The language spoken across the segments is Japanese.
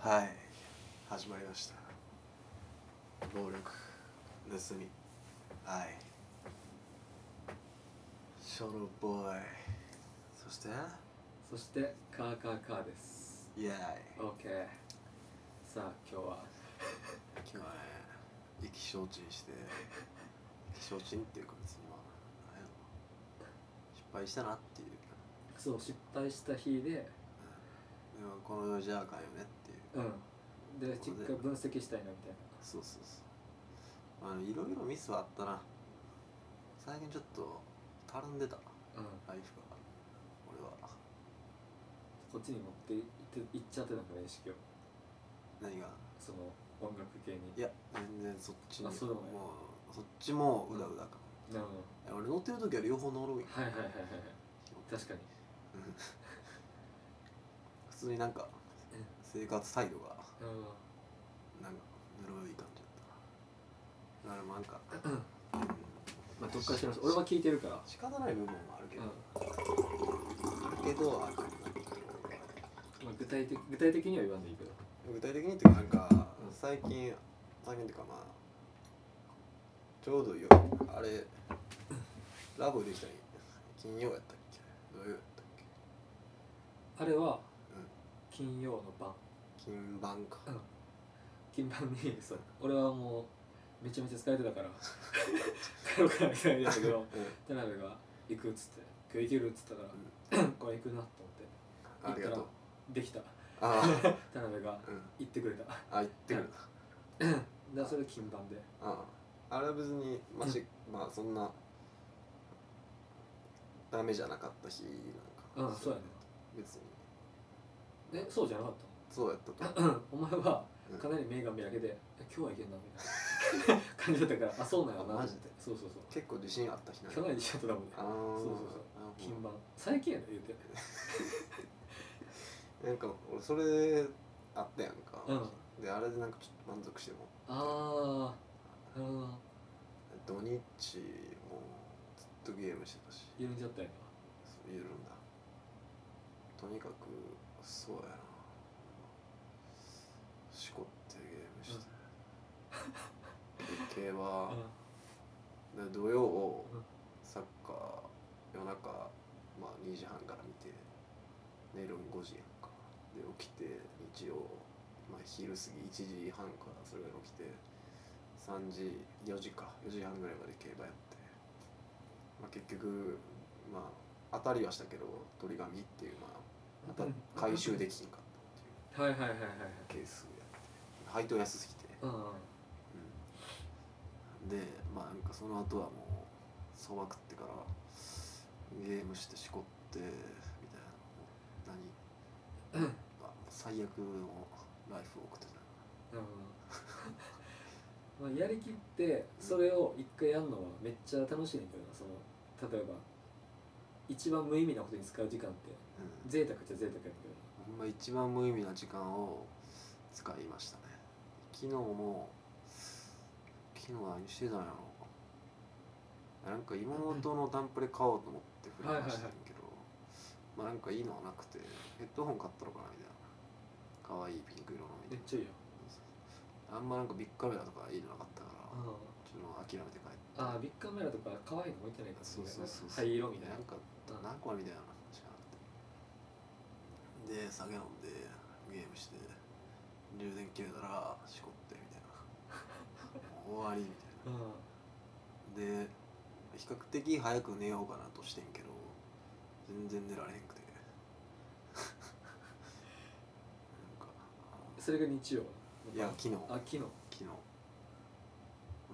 はい始まりました暴力盗み愛ショロボーイそしてそしてカーカーカーですイエーイ OK さあ今日は今日は意気消沈して意気消沈っていうか別にはなんやろ失敗したなっていうそう失敗した日ででもこの世じゃあかんよねっていううんでそ実うだよ家分析したいなみたいなそうそうそうあのいろいろミスはあったな最近ちょっとたるんでたうんライフが俺はこっちに持っていって行っちゃってたから意識を何がその音楽系にいや全然そっちにあそうだねもうそっちもうだうだか、なるらほど俺乗ってる時は両方乗るんよはいはいはいはいはい確かにうん普通になんかうん生活態度がなるほなんかぬるい感じだったなだからなんか、うんまあどっからしてます俺は聞いてるから仕方ない部分もあるけうんど、あるけどあるけどまあ具体的具体的には言わんでいいけど具体的にっていうかなんかうん最近最近っていうかまあちょうどよあれラブできたり金曜やったっけ土曜やったっけあれはうん金曜の晩金盤かうん金盤にそう俺はもうめちゃめちゃ疲れてたから帰ろうかみたいなんだけど うん田辺が行くっつって今日行けるっつったから、これ行くなと思ってありがとうできたああ 田辺がうん行ってくれただかあ言ってくるらそれで金盤であああれは別にましまあそんなダメじゃなかった日なんかうんそうやね別にえそうじゃなかっそうやったと思たお前はうんかなり目が見上げて、え今日は行けんなみたいな 感じだったからあそうなんやなあマジでそうそうそうう結構自信あった日なんやかなりちょっとだもんねあーそうそうそうなるほど金盤最近やな言うてなんか俺それあったやんか、うであれでなんかちょっと満足してもああなるほど土日もずっとゲームしてたし緩んじゃったよそういるんだとにかくそうやなしこってゲームして、で競な馬うん、で土曜をうんサッカー夜中、まあ、2時半から見て寝るん5時やんかで起きて日曜、まあ、昼過ぎ1時半からそれぐらい起きて3時4時か4時半ぐらいまで競馬やって、まあ、結局まあ当たりはしたけど鳥紙っていうまあ当た回収できひんかったっはいはいはいはいはいていうケースやって配当安すぎてうんうんうんでまあなんかその後はもうそば食ってからゲームしてしこってみたいなもう何、まあ、最悪のライフを送ってたなるほど まあやりきってそれを一回やるのはめっちゃ楽しいねんだけどなその例えば一番無意味なことに使う時間ってうん贅沢っちゃ贅沢やねんだけどなほんま一番無意味な時間を使いましたね昨日も昨日何してたんやろあなんか妹のタンプレ買おうと思って振り回してんけど、まあなんかいいのはなくてヘッドホン買ったのかなみたいな可愛いピンク色のみためいっちゃいいよなあんまなんかビッグカメラとかいいのなかったからちょっと諦めて帰ってああビッグカメラとか可愛いの置いて ないからそうそうそうそう灰色みたいななんか何個みたいなしかなくてで酒飲んでゲームして充電切れたらしこってみたいなもう終わりみたういなんで比較的早く寝ようかなとしてんけど全然寝られへんくてなんかそれが日曜いや昨日あ昨日昨日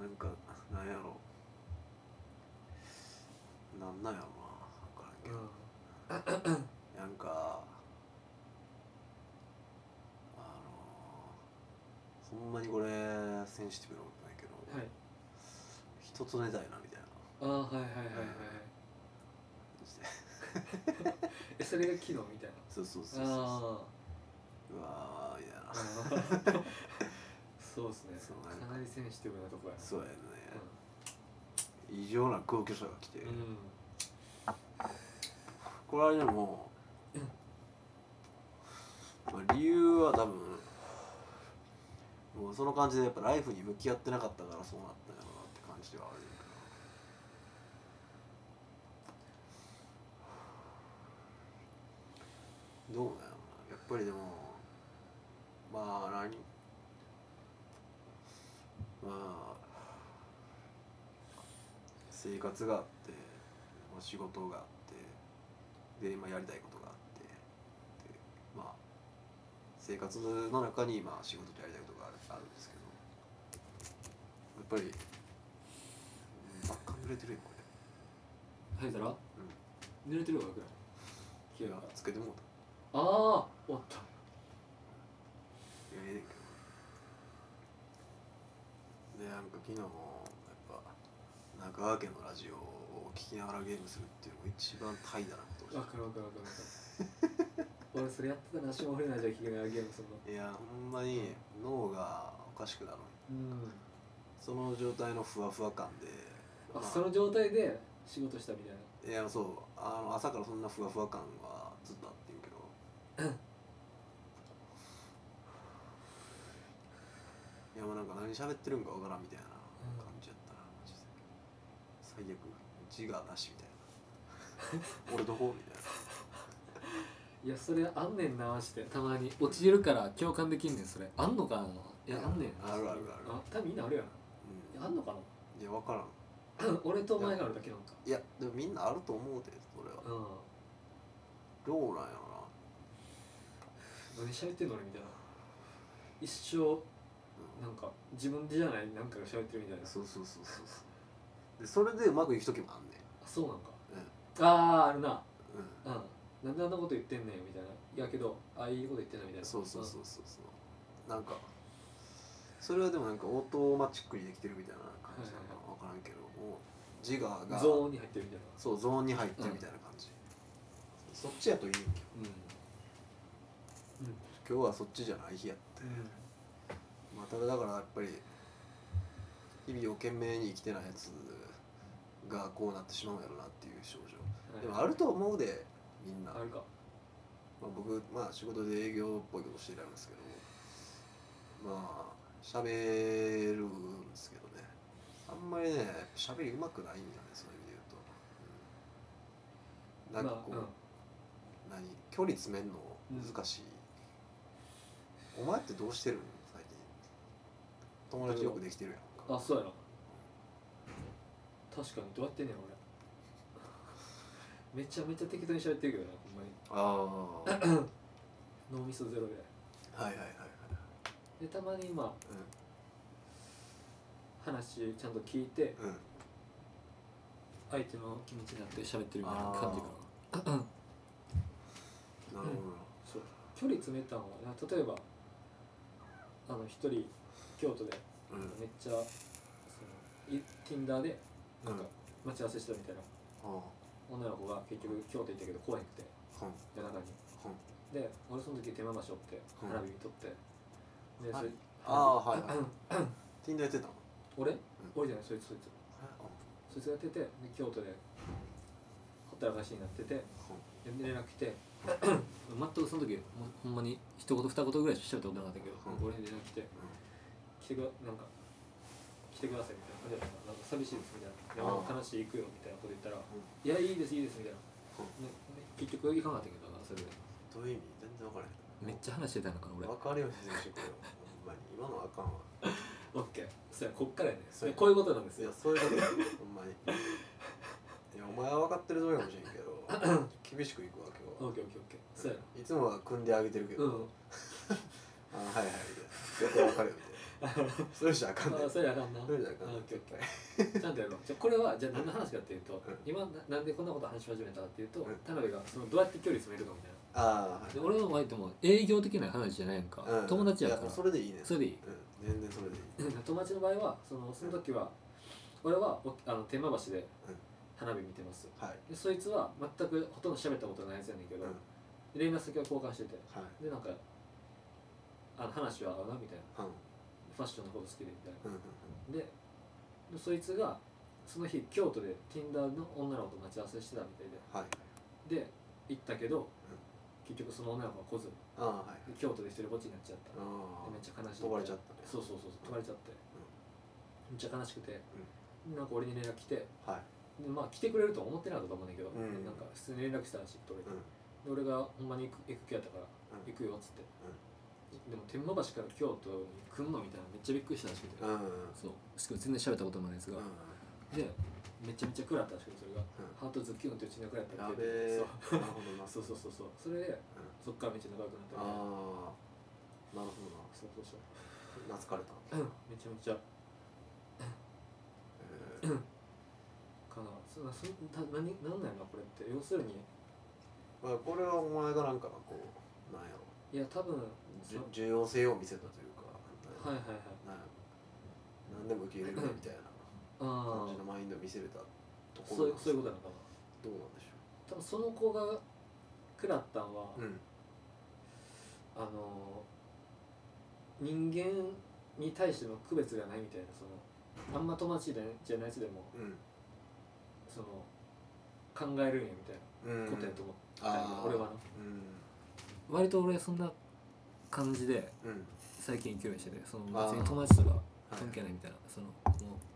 なんかなんやろなんなんやろな分からんけど、なんかあのほんまにこれセンシティブなことないけど、はい人と寝たいなみたいなああはいはいはいはいはい感じで えそれが昨日みたいなそうそうそうそうあうわーみたいあなーそうですねそうなんかかなりセンシティブなとこやそうやね、う異常な空虚さが来て、んうんこれはでも、まあ、理由は多分もその感じでやっぱライフに向き合ってなかったからそうなったんやろうなって感じはあるよなどうなんやろうなやっぱりでもまあ何まあ生活があってお仕事があってで今やりたいことがあってでまあ生活の中に今仕事とやりたいことがあるあるんですけどやっぱりうんバッカン濡れてるやんこ吐いたられ、濡れてるわぐらいうん、いやつけてもうたああー終わったいやええねんけどでなんか昨日もやっぱ中川家のラジオを聞きながらゲームするっていうのが一番怠惰なことをしてわかるわかるわかるわかる 俺それやってたな霜降りの味は聞きながらゲームするのいやほんまに脳がおかしくなるうんその状態のふわふわ感で、まあその状態で仕事したみたいないやそうあの朝からそんなふわふわ感はずっとあってんけどいやもうなんか何喋ってるんかわからんみたいな感じやったなマジで最悪字がなしみたいな 俺どこみたいないやそれあんねんなしてたまに落ちるから共感できんねんそれあんのかないやあんねんなあるあるある多分みんなあるやなういんやあん のかいや分からんな俺とお前があるだけなんかいやでもみんなあると思うでそれはうんどうなんやろな何喋ってんの俺みたいな一生うんなんか自分でじゃないなんかが喋ってるみたいなそうそうそうそうそうでそれでうまくいく時もあんねあそうなんかんうんあああるなうんうんなんであんなこと言ってんねんみたいないやけどああいいこと言ってんなみたいなそうそうそうそうそうなんかそれはでもなんかオートマチックにできてるみたいな感じなのかな分からんけどもう自我うんがゾーンに入ってるみたいなそうゾーンに入ってるみたいな感じ、そっちやといいんけどうんうん今日はそっちじゃない日やって、まあ、ただだからやっぱり日々を懸命に生きてないやつがこうなってしまうんやろなっていう症状でもあるると思うでみんなあるかまあ、僕、まあ、仕事で営業っぽいことしてたんですけどまあ喋るんですけどねあんまりね喋りうまくないんだねそういう意味で言うと、うんなんかこう、まあ何距離詰めんの難しい、お前ってどうしてるの最近友達よくできてるやんうんかあそうやな確かにどうやってんねん俺めちゃめちゃ適当に喋ってるけどなほんまにあはい脳みそゼロではいはいはい、でたまに今う話ちゃんと聞いてんうん、相手の気持ちになって喋ってるみたいな感じかななるほどな、そう距離詰めたのはな例えばあの一人京都でうんうんめっちゃそのい Tinder でなんか待ち合わせしたみたいなああ女の子が結局京都行ったけど来へんくてほん夜中にほんで俺その時手間ましょってうん花火見とって、ではそいれああはいはい Tinder やってたの俺俺じゃないそいつそいつそいつがやっててで京都でほったらかしになっててで連絡 来て全くその時ほんほんまに一言二言ぐらいしか喋ったことなかったけど、うん俺に連絡来て来てくだなんか来てくださいみたいな感じだったなんか寂しいですみたいなあ山あの話行くよみたいなこと言ったら「いやいいですいいです」みたいな、ね、ね結局行かなかったけどなそれでどういう意味全然分からへんめっちゃ話してたのかな俺分かるようにしてこれほんまに今のはあかんわオッケーそやこっからやねそうやこういうことなんでいすやよそういうことやほんまにいやお前は分かってるつもりかもしれんけど厳しくいくわオ今ッケーオッケーオッケーそうや日はいつもは組んであげてるけうど、んあはいはいみたいな分かるよみたいなそれじゃあかんねあんあそれあかんなそれじゃあかんあねんオッケーオッケーちゃんとやろうじゃあこれはじゃあ何の話かっていうと、ん今ななんでこんなこと話し始めたかっていうと、うん田辺がそのどうやって距離詰めるかみたいなああで俺の相手も営業的な話じゃないやんか、うん友達やかいらもうそそれでいいねんれでいい うん全然それでいい友達の場合はそのその時は俺はおあの天満橋でうん花火見てますはいでそいつは全くほとんど喋ったことないやつやねんけうどん、はい連絡先を交換しててでなんかあの話は合うなみたいなうんファッションのこと好きでみたいなうんうんででそいつがその日京都で Tinder の女の子と待ち合わせしてたみたいはいでで行ったけど、結局その女の子は来ずああはいで京都で一人ぼっちになっちゃったでああめっちゃ悲しい飛ばれちゃったねそうそうそう飛ばれちゃって、めっちゃ悲しくて、なんか俺に連絡来てはいでまあ来てくれるとは思ってなかったと思うんだけど、うんなんか普通に連絡したらしい取れて、うんで俺がほんまに行く行く気やったからうん行くよっつって、でも天満橋から京都に来んのみたいなめっちゃびっくりしたらしくて、うんそうしかも全然喋ったこともないんですうんが、うんでめちゃめちゃ食らったらしくてそれがハートズッキュンというちのくらいだやったべって言ってえそうなるほどなそうそうそうそうそれでうんそっからめっちゃ仲良くなったみたいなああなるほそうそうそうどな懐かれためちゃめちゃえーかなそなそた何何なんやろなこれって要するにまあこれはお前がなんかこうなんやろいや多分じゅそ重要性を見せたというかはいはいはいなんやろなんでも受け入れるみたいなあ感じのあマインドを見せれたとこそういろうそういううことなのかどなうなんでし多分その子が食らったんは、ょううんあの人間に対しての区別がないみたいなそのあんま友達でじゃないやつでもうんその考えるんやみたいうんなことやと思っあたよねあ俺はなうん割と俺そんな感じでうん最近勢いしててそのあー別に友達とかはい関係ないみたいなそのもう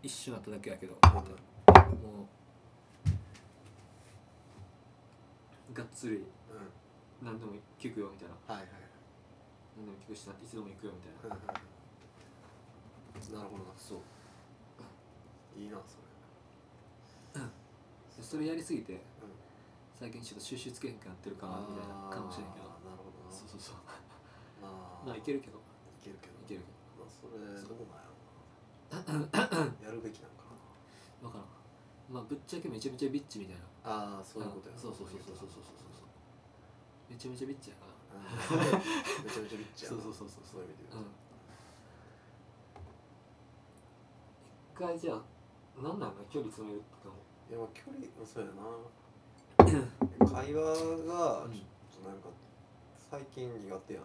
一瞬あっただけやけどみたいなあもうがっつりうん何でも聞くよみたいなはいはい何でも聞くしないつでも行くよみたいなうんうんなるほどなそういいなそでそれやりすぎてれうん最近ちょっと収集つけへんくなってるかなみたいなかもしれんけどあーなるほどなそうそうそうまあまあいけるけどいけるけどいけるけまあそれどうな んやろなやるべきなんかど分からんまあぶっちゃけめちゃめちゃビッチみたいななああそういうことやんそうそうそうそうそうそうそうそうめちゃめちゃビッチやかうらんめちゃめちゃビッチやそうそうそうそうそういう意味でう言んうと一回じゃあ何なんだ距離詰めるとかもいやまあ距離もそうやな 会話がちょっとなんか最近苦手や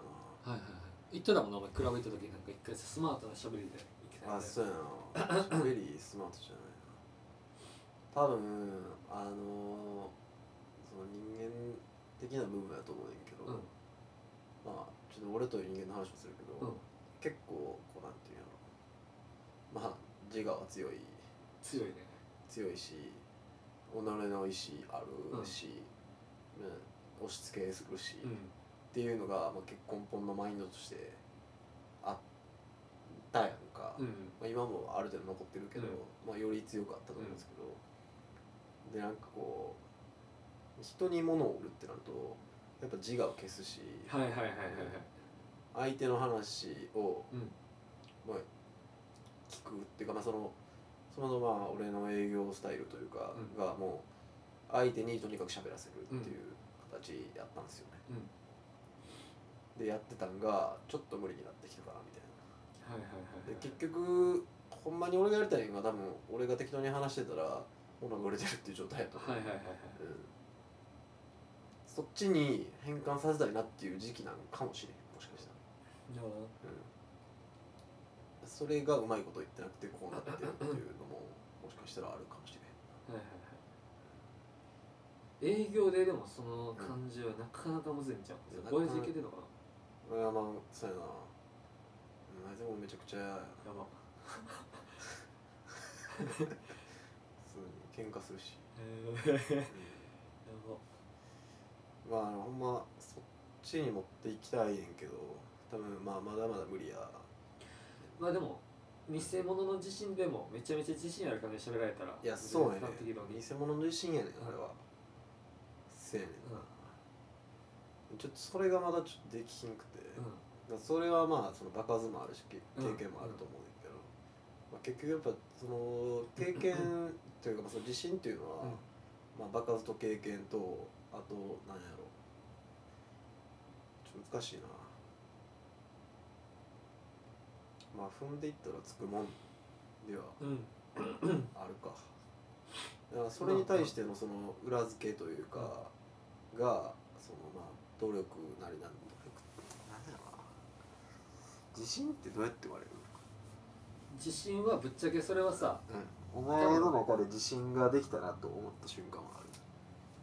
なはいはいはい言ってたもんなお前クラブ行った時なんか一回スマートなしゃべりで行きたいあそうやな喋りスマートじゃないな多分あのその人間的な部分やと思うねんけど、うんまあちょっと俺という人間の話をするけど、うん結構こうなんていうんやろまあ自我は強い強いね強いし己の意志あるし、ね押し付けするし、うっんていうのが、まあ、結構根本のマインドとしてあったやんか、うんまあ、今もある程度残ってるけど、うんまあ、より強かったと思うんですけど、でなんかこう人に物を売るってなるとやっぱ自我を消すし、はいはいはいはいはい相手の話を、うんまあ、聞くっていうか、まあ、そのそのまあ俺の営業スタイルというかうんがもう相手にとにかく喋らせるっていう形やったんですよね、うんでやってたんがちょっと無理になってきたかなみたいなはいはいはいで結局ほんまに俺がやりたいのが多分俺が適当に話してたら物が売れてるっていう状態やと思う、はいはいはいはいうん、そっちに変換させたいなっていう時期なのかもしれんもしかしたら。じゃうんそれがうまいこと言ってなくてこうなってるっていうのももしかしたらあるかもしれないあはいはいはい営業ででもその感じはなかなかむずいんじゃんいやこういう時期でんのかな俺はまあそうやなうんでもめちゃくちゃやなやば普通に喧嘩するし、へえ やうばんまああのほんまそっちに持っていきたいねんけど多分まあまだまだ無理やまあでも偽物の自信でもめちゃめちゃ自信ある感じで喋られたらいやそうやねなってきのに偽物の自信やねんあれはせやねんな、ちょっとそれがまだちょっとできひんくて、うだからそれはまあその場数もあるしけ経うん験もあると思うんだけど、まあ、結局やっぱその経験というかまあその自信というのは、まあ、場数と経験とあと何やろちょっと難しいなまあ踏んでいったらつくもんではんうんあるかだからそれに対してのその裏付けというかがそのまあ努力なりなん努力なんだろうな自信ってどうやって言われる自信はぶっちゃけそれはさうん、お前の中で自信ができたなと思った瞬間は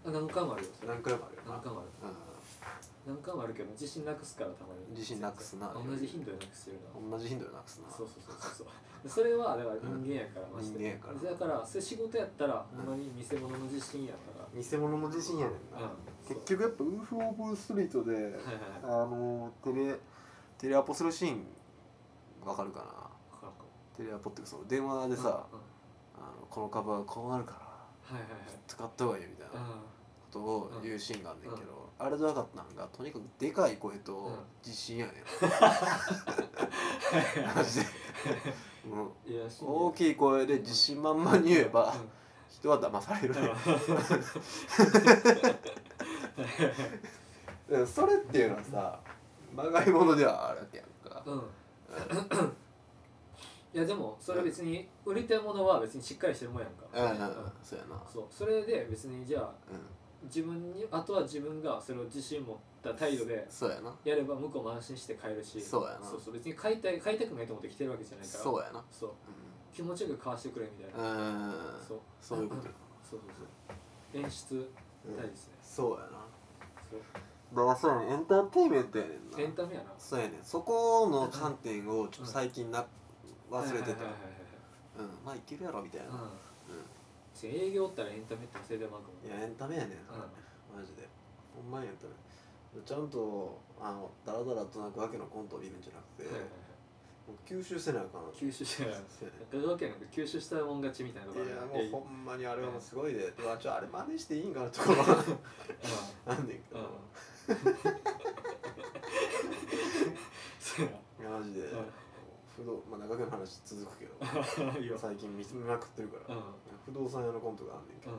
ある何回もあるよそれ何回もあるよな何回もあるうん何回もあるけど自信なくすからたまに自信なくすな同じ頻度でなくしてるな同じ頻度でなくすなそうそうそうそうそうそれはだから人間やから人間やからだからそれ仕事やったらうんほんまに見せ物の自信やから、偽物の自信やねんな、うん結局やっぱウーフ・オブ・ストリートで、はいはいはいあのテレテレアポするシーンわかるかなわからんかテレアポっていうかその電話でさ、うんうんあのこの株はこうなるからはいはいはい使った方がいいよみたいなあことを言うシーンがあんねんけどう、あれじゃなかったのがとにかくでかい声うんと自信やね ん、マジで、うん、ーいや信じない大きい声で自信満々に言えば、人は騙されるね、うんそれっていうのはさまがいものではあるわけやんかうん、うん、いやでもそれは別に売りたいものは別にしっかりしてるもんやんか、うんうんそうやなそうそれで別にじゃあうん自分にあとは自分がそれを自信持った態度でそうやなやれば向こうも安心して買えるしそうやなそうそう別に買いたい買いたくないと思って来てるわけじゃないからそうやなそう気持ちよく買わしてくれみたいな、うんそうそういうことやそうそうそう演出な、大う事んですね、そうやなそうだからそうやねエンターテインメントやねんエンなタメやなそうやねそこの観点をちょっと最近な忘れてたはいはいうんまあいけるやろみたいなはいはいはい、うんう確かに営業おったらエンタメって忘れてまうかんもいやエンタメやねんうんマジでほんまにエンタメちゃんとあのダラダラとなくわけのコントを見るんじゃなくて、はいはいはもいう吸収せなあかん吸収してないそうやね香川県なんか吸収したもん勝ちみたいなとこあるいややんもうえいほんまにあれはもうすごいで、うわちょあれ真似していいんかなとこ ろはなんねんけうどん、うんそうやマジで、ん不動まあ長くの話続くけどいいよ最近見つめまくってるかうら、ん不動産屋のコントがあんねんけう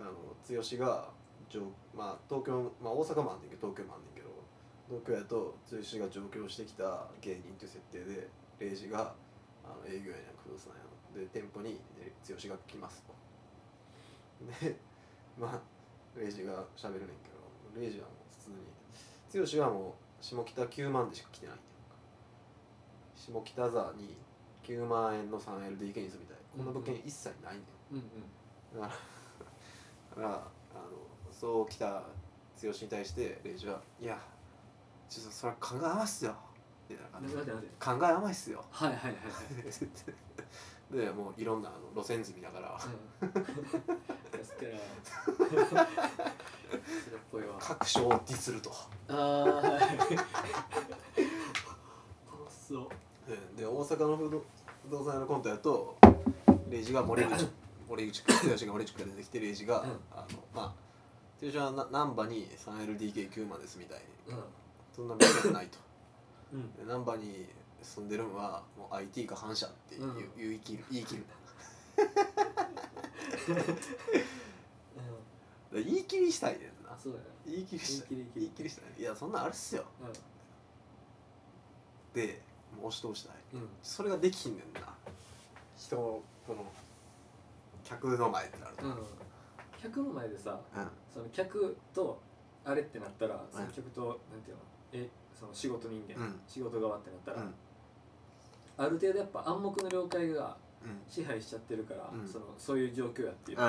ど、んあの剛が上、まあ、東京、まあ、大阪もあんねんけど東京もあんねんけど東京やと剛が上京してきた芸人という設定で礼二があの営業やねん不動産屋ので店舗にで剛が来ますとでまあ礼二が喋るねんけど礼二はもう普通に剛はもう下北9万でしか来てないんやんか下北沢に9万円の 3LDK に住みたいこんな物件一切ないねんうんだから だからあのそう来た剛に対してレイジは「いやちょっとそれは考え甘いっすよ」みたいなうん感待じっでて待っ「て考え甘いっすよ はいはいはいはい」でもういろんなあの路線図見ながらうん助けられそれっぽいわ各所をディスると、ああはい楽しそううんで大阪の不動不動産屋のコントやとレイジが森口森口君剛が森口君が出てきてレイジが、うんあのまあ剛はな難波に 3LDK9 万ですみたいにうそんな物件ないと。んうんナンバに住んでるのはもう IT か反社って言う,、うん言い切る言い切るうん言い切りしたいねんなあそうだよ言い切りしたい言い切り言い切りしたいいやそんなんあれっすようでもう押し通したいんうんそれができんねんな人のこの客の前ってなると、うん客の前でさうんその客とあれってなったらそのうん客となんていうのえその仕事人間、うん仕事側ってなったうら、んある程度やっぱ暗黙の了解がうん支配しちゃってるから、うんそのそういう状況やっていう、うん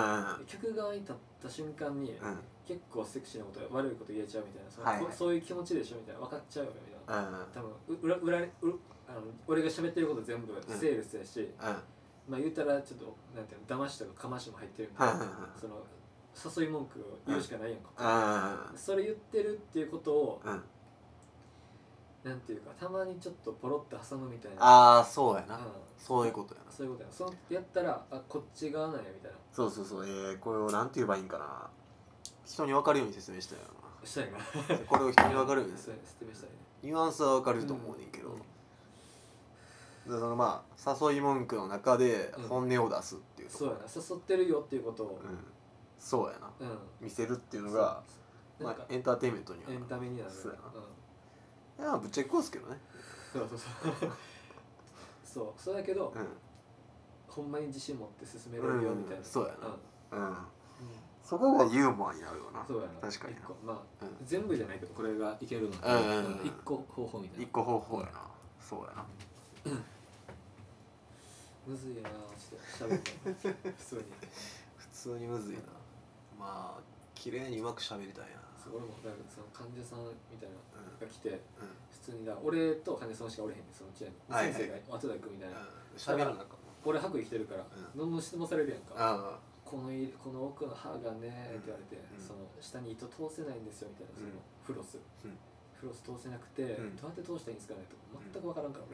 客側に立った瞬間に、うん結構セクシーなこと悪いこと言えちゃうみたいなその、はいはいこそういう気持ちでしょみたいな分かっちゃうよみたいなうんうん多分う裏裏うあの俺が喋ってること全部セールスやし、まあ言うたらちょっとなんていうの騙しとかかましも入ってるみたいはいはいなはいその誘い文句を言うしかないやんか、うそれ言ってるっていうことをんうんなんていうかたまにちょっとポロッと挟むみたいなああそうやうな、ん、そういうことやなそういうことやそのやったらあこっち側なんやみたいなそうそうそうえー、これをなんて言えばいいんかな人に分かるように説明したいよしたいななこれを人に分かるようにそすうるや説明したいねニュアンスはわかると思うねんけど、うんでそのまあ誘い文句の中でうん本音を出すっていうとこそうやな誘ってるよっていうことをうん、そうやなうん、見せるっていうのそうがなまんかあ、エンターテインメントにはエンタメになるそうやなうんいやぶっちゃけこうっすけどねそうそうそうそうそうだけど、うほんまに自信持って進めん、れるようんみたいな、そうやうんなうん、そこがユーモアになるよなそうやな確かに一個まあうん全部じゃないけどこれがいけるのってうんうんうん一個方法みたい一な個方法やなそうやなむずいよなちょっと喋 るの普通に普通にむずいなまあ綺麗にうまく喋りたいなそう俺もだからその患者さんみたいなのうんが来てうん普通にだ俺と患者さんしかおれへんねんそのうちやにはい先生が後だくみたいな、うん喋らなかっ俺白衣着てるから、うどんどん質問されるやんたかあこのいこの奥の歯がね、うんって言われて、うんその下に糸通せないんですよみたいなそのうんフロス、うんフロス通せなくて、んどうやって通したらいいんですかねとうかん全く分からんから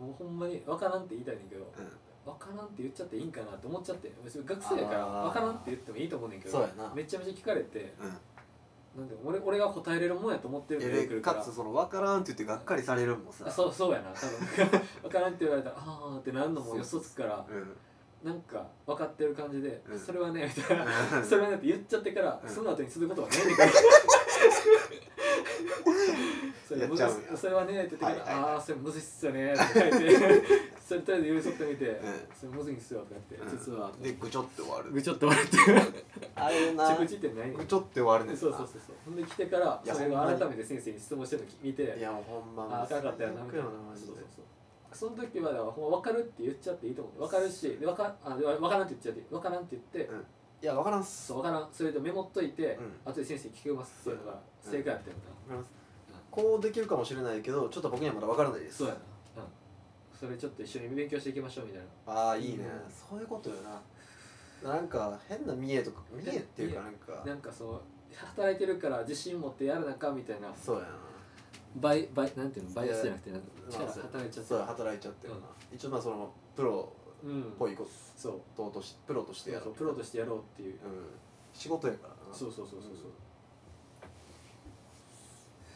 俺、 もうほんまに分からんって言いたいねんだけど、あうん分からんって言っちゃっていいんかなと思っちゃって別に学生やからあー分からんって言ってもいいと思うねんけそうどやなめちゃめちゃ聞かれてうんなんで俺俺が答えれるもんやと思ってるんえで来でるかからつその分からんって言ってがっかりされるんもさあそうそうやな多分分からんって言われたらああってなるのもよそつくからうんなんか分かってる感じで、うんそれはねみたいなうんそれはねって言っちゃってから、うんその後にすることはねえねんからそれ やっちゃうんやむずそれはねえって言ってから、はいはいはいああそれむずいっすよねーって書い てそれとりあえず寄り添ってみて、んそれむずいっすよって言って、うん実はでぐちょって終わるぐちょっと笑ってあれな着地ってないねんぐちょって終わるねんなそうそうそうそうほんで来てからいやそれをほんまに改めて先生に質問してるのき見ていやもうほんまああかんかったよなみたいなマジそうでそうそうその時はだからほんま分かるって言っちゃっていいと思う分かるしで分かあで分からんって言っちゃっていい分からんって言って、うんいや分からんっすそう分からんそれとメモっといて、うん後で先生に聞けますっていうのが正解やったよな、わかりますこうできるかもしれないけどちょっと僕にはまだ分からないですそうやな、うん、それちょっと一緒に勉強していきましょうみたいなああいいね、うんそういうことよななんか変な見栄とか見栄っていうかなんかなんかそう働いてるから自信持ってやらなあかんみたいなそうやなバイバイなんていうのバイアスじゃなくてなんか力まあそう働いちゃってそうや働いちゃってるな、一応まあそのプロうんっぽいこそうととしプロとしてやそろううプロとしてやろうっていううん仕事やからなそうそうそうそうそう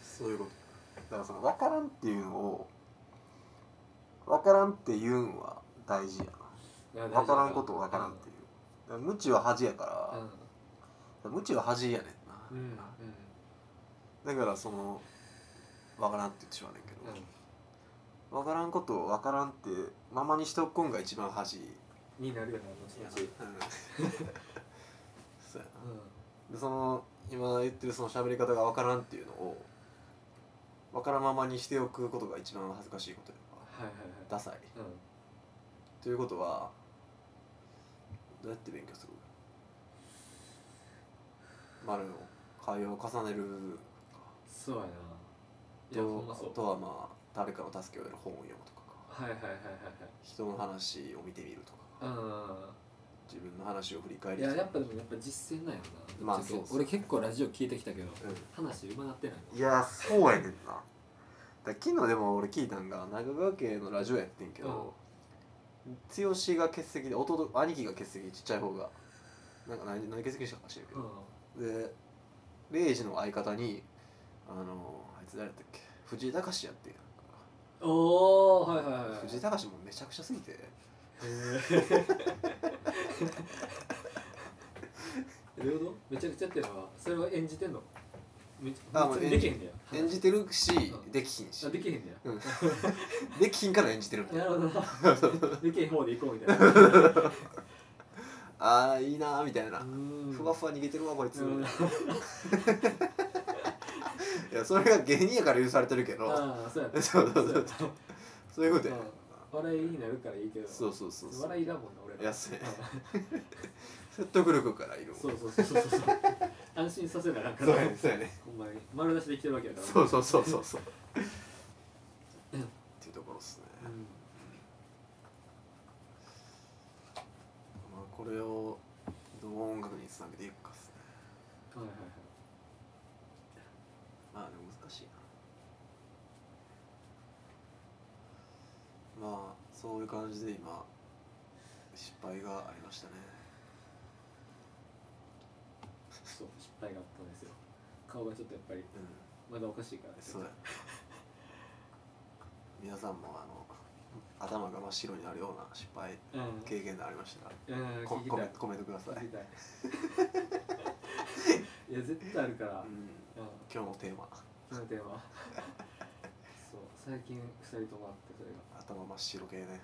そういうことだからその分からんっていうのを分からんっていうんは大事やいやな分大事かだらんことを分からんっていうだから無知は恥やから、無知は恥やねうんうんんな、だからその分からんって言ってしまうねんけど、分うからんことを分からんってままにしておくんが一番恥いんになるよね後うん々 そうやなうでその今言ってるその喋り方が分からんっていうのを分からんままにしておくことが一番恥ずかしいことやかんはいはいらはいダサいうんということはどうやって勉強する丸の会話を重ねるそうやないやほんまそとうあとはまあ誰かの助けを得る本を読むとかかはいはいはいはい人の話を見てみるとかはい自分の話を振り返うんりいややっぱでもやっぱ実践なんやろなまあそうそう俺結構ラジオ聞いてきたけどう話うまなってないん、いやそうやねんなだ昨日でも俺聞いたんが長川家のラジオやってんけど、剛が欠席で弟兄貴が欠席ちっちゃい方がなんか何何欠席したか知らんけうど、んでレイジの相方にあのあいつ誰だったっけ藤井隆やってんやんかおおはいはいはい藤井隆もめちゃくちゃすぎてえどういうことめちゃくちゃっていうのはそれは演じてんのめちあゃもうめちゃできへんねや演じてるし、うんできひんしあできへんねやうん、できひんから演じてるなるほど なでけえ方で行こうみたいなああいいなーみたいな、ふふわふわ逃げてるわこいつ、うんいやそれが芸人やから許されてるけどああそうや ねそうそうそうそうそういうことや、うん笑いになるからいいけどそうそうそうそう笑いだもんな俺らいやそうやう説得力からいるんもんそうそうそうそうそう安心させなあかんかそらうやねそうやねほんまに丸出しできてるわけだからそうそうそうそうそううんっていうところっすね、うんまあ、これをどう音楽につなげていくかっすねはいはいはいまあでも難しいなまあそういう感じで今失敗がありましたねそう失敗があったんですよ顔がちょっとやっぱりうんまだおかしいからそうや 皆さんもあの頭が真っ白になるような失敗うん経験がありましたらうんコ聞きコたメンいトコメントください、聞きたい いや絶対あるからうん、うん今日のテーマ今の電話そう最近二人ともあってそれが頭真っ白系ね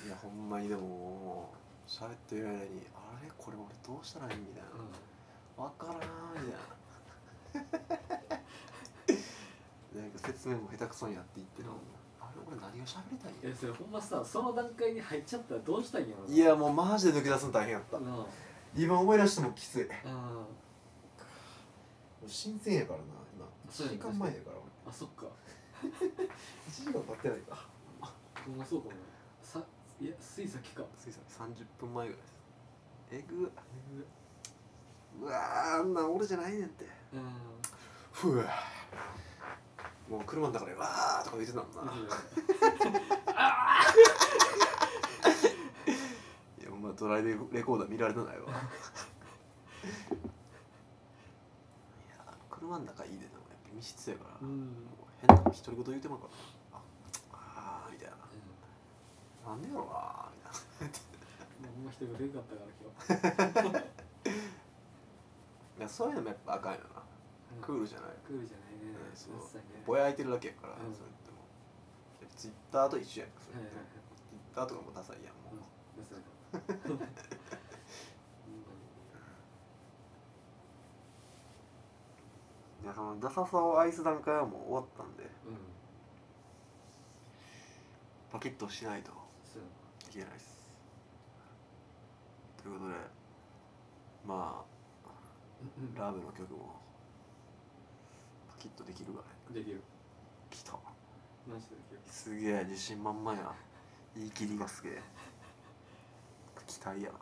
うんいやほんまにでももう喋ってる間にあれこれ俺どうしたらいいみたいな、うわからんみ たいななんか説明も下手くそになっていってる、うんあれ俺何が喋りたいんいやそれほんまさその段階に入っちゃったらどうしたいんやろんやいやもうマジで抜け出すの大変やった、なあ今思い出してもきついあ新鮮やからな今そう1や時ね間前やからーあそっか1時間経ってないか僕もそうかもねさいやつい先かついさん30分前ぐらいですえぐっうわーあんな俺じゃないねんってうんふわもう車の中でわーとか言ってたもんないやお前ドライブレコーダー見られてないわいや車の中いいでなやっぱ密室やから、うもうん変な独り言言うてもらうからなああーみたいななんでやろうなみたいなもうほんま人が出んかったから今日いやそういうのもやっぱあかんよな、うんクールじゃないクールじゃないねうんそう夏だねぼやいてるだけやから、うんそれってもうツイッターと一緒やんそはれいっはいて、はツイいッターとかもダサいやんもう、うん夏だからほんまにいやそのダサさを愛す段階はもう終わったんでうんパキッとしないとそういけないですということでまうんうんあラーメンの曲もパキッとできるわねできるきたマジでできるすげえ自信満々や言い切りがすげえ期待やな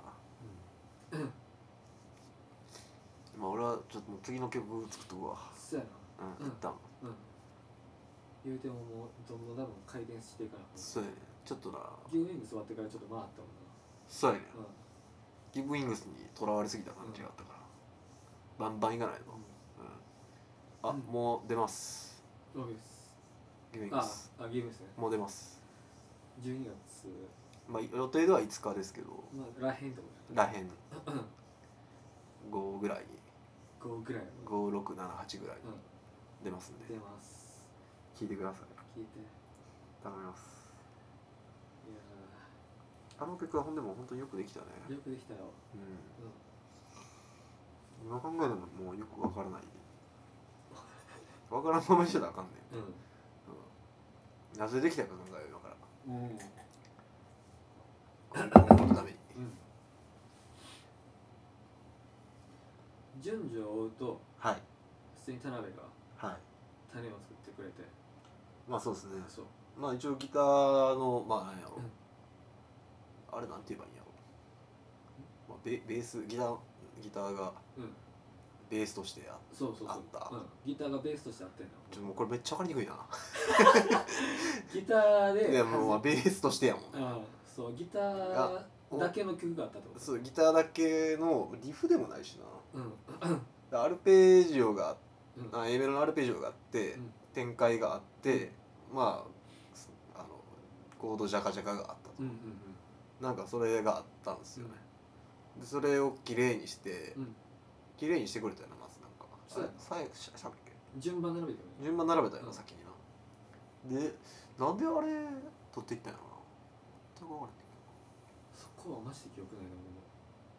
まあ俺はちょっともう次の曲作っとくわそうやなうん一旦うん言うてももうどんどん多分回転していかなそうやねちょっとなギブウィング座ってからちょっと回ったもんそうやねなうんギブウィングスにとらわれすぎた感じがあったから、バンバンいかないの、うんあ、うんもう出ますロビウスギブウィングあスあギブウィングスねもう出ます12月まあ予定では5日ですけどまあらへんと思うらへん5ぐらいに5ぐらいの5678ぐらいにう出ますんんで出ます聞いてください聞いていや頼みますあの曲はほんでも本当によくできたね、ーよくできたよううんん、今考えてももうよくわからないわからんままにしてたらあかんねん、うん、なぜできたか考えよう今からうんうん今後のために順序を追うとはい普通に田辺がはい種を作ってくれてまあそうですねそうまあ一応ギターのまあ何やろうんあれなんて言えばいいんやろまあ、ベベースギターギターがうんベースとしてあそうそうそうあったうん、ギターがベースとしてあってんのちょっともうこれめっちゃ分かりにくいなギターでいやもうまあベースとしてやもんう、ん、そうギターだけの曲があったってことそうギターだけのリフでもないしなうんうんでアルペジオがうんあ A メロのアルペジオがあって、うん展開があってまあそあのコードジャカジャカがあったと、うんなんかそれがあったんですよね、でそれを綺麗にしてうんうん綺麗にしてくれたよなまずなんかそうやな最後ししゃべっけ順番並べてもいい順番並べたよな、うん先になでなんであれ取っていったんやろな全く分からんねんけそこはマジで記憶ないなも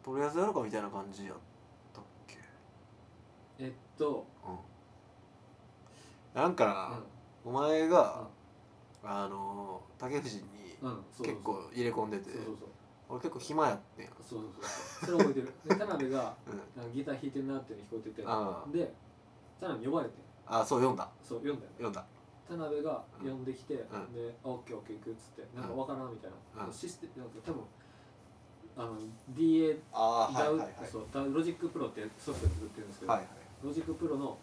どとりあえずやるかみたいな感じやったっけうえっと、うんなんかうな、んお前が、あの竹藤にうん、そうそうそう結構入れ込んでてそうそうそう俺結構暇やってんやそうそうそうそれ覚えてるで田辺がうんなんかギター弾いてるなっていうの聞こえててあで田辺呼ばれてあそう読んだそう読んだ読よねんだ田辺がうん呼んできて、んで「あオッケーオッケー行く」っつってなんかわからんみたいな、うんシステムなんか多分あの DA あダウそうダウロジックプロってソフトで作ってるんですけど、はいはいロジックプロの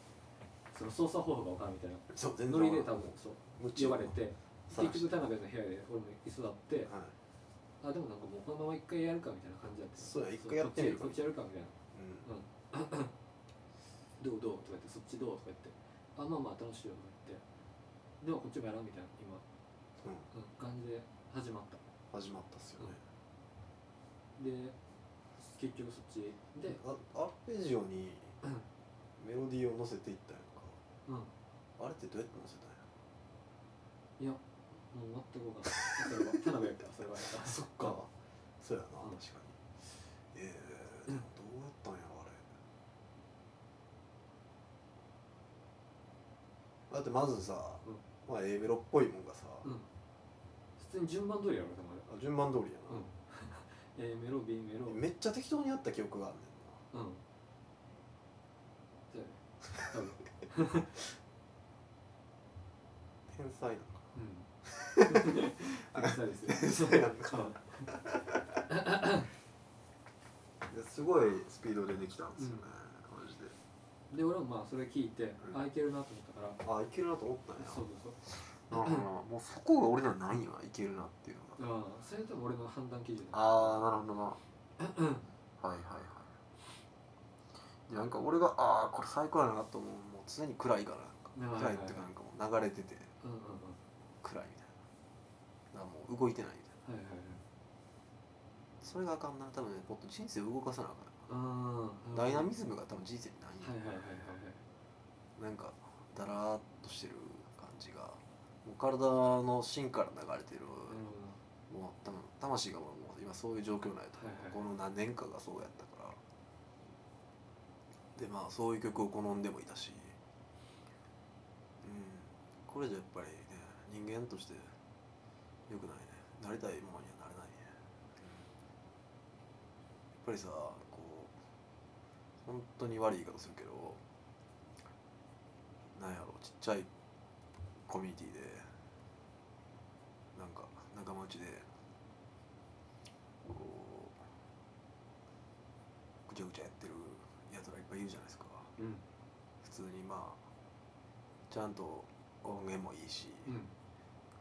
その操作方法がわからんみたいなそう全ノリで多分そうむっち呼ゃばれてさら結して局田辺の部屋で俺も居座ってはいあでもなんかもうこのまま一回やるかみたいな感じだったそうや一回やってみるかこっちやるかみたいなう、「どうどう?」とか言って「そっちどう?」とか言って「あまあまあ楽しいよ」とか言って「でもこっちもやらん」みたいな今、ううんん、感じで始まった始まったっすよねで結局そっちであアルペジオにうんメロディーを乗せていったやんかうんあれってどうやって乗せたんやいやもう全く分からないそれは田辺やから それはやからそっか そうやなうん確かにええうどうんやったんやろあれだってまずさまあ A メロっぽいもんがさうん普通に順番通りやろうねあ順番通りやうん A メロ B メロめっちゃ適当にあった記憶があるねうんじゃあ多分んな天才なのか うん天才です よ天才なんかうんですごいスピードでできたんですよね、マジでで俺もまあそれ聞いて、うんあいけるなと思ったから、あいけるなと思ったねそうそうなるほどなもうそこが俺らないよないけるなっていうのそうがああそれ多分俺の判断基準だああなるほどなはいはいはいでなんか俺がああこれ最高やなと思うもう常に暗いからなんか暗はいはいはいいっていうかなんかもう流れててうんうんうん暗いみたいななんかもう動いてないみたいなはいはいはいそれがあかんな多分ねもっと人生動かさなあかんなああダイナミミズムが多分人生にない、はいはいはいはいはいなんかだらーっとしてる感じがもう体の芯から流れてる、なるほどもう多分魂がもう今そういう状況なんやと思う、はいはいこの何年かがそうやったからでまあそういう曲を好んでもいたしうんこれじゃやっぱりね人間として良くないねなりたいものにはなれないね、やっぱりさこう本当に悪い言い方するけどなんやろちっちゃいコミュニティでなんか仲間内でこうぐちゃぐちゃやってるやつらいっぱいいるじゃないですかうん普通にまあちゃんと音源もいいし、うん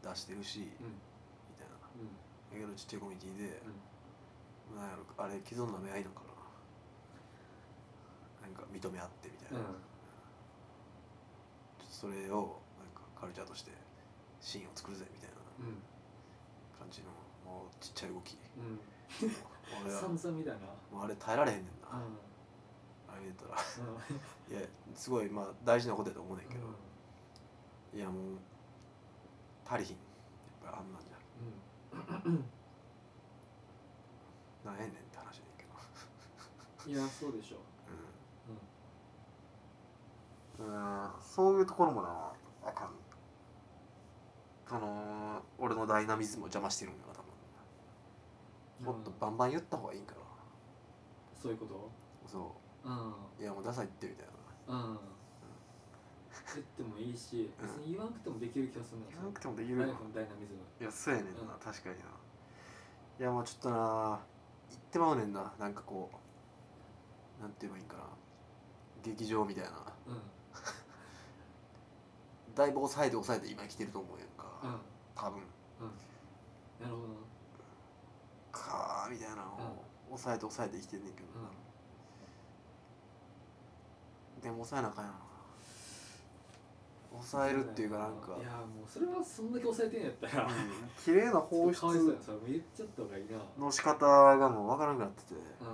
出してるし、うんみたいなだうんけどちっちゃいコミュニティで、うんなんやろあれ既存のめ合いなのかななんか認め合ってみたいな、うんちょっとそれをなんかカルチャーとしてシーンを作るぜみたいな感じのもうちっちゃい動きうんう俺ん は散々みたいなもうあれ耐えられへんねんな、うんあれ言ったらうんいやすごいまあ大事なことやと思うねんけど、いやもう足りひんやっぱりあんなんじゃうなんやねんって話ねんけどんいやそうでしょうん、そういうところもなあかんその俺のダイナミズムを邪魔してるんやな多分うんもっとバンバン言った方がいいんかなそういうことそうんういやもうダサいってみたいなうん言ってもいいしうん別に言わなくてもできる気がするな言わなくてもできそるのよライフのダイナミズム いやそうやねんな、うん確かにないやもうちょっとな言ってまうねんななんかこうなんて言えばいいんかな劇場みたいなうんうんだいぶ抑えて抑えて今生きてると思うやんか、多分なるほどなかーみたいなのを抑えて抑えて生きてんねんけどな、でも抑えなあかんやろな抑えるっていうかなんかいやもうそれはそんだけ抑えてんやったらうん綺麗な放かわいそう出やそれもう言っちゃった方がいいなの仕方がもう分からなくなってて、うん、う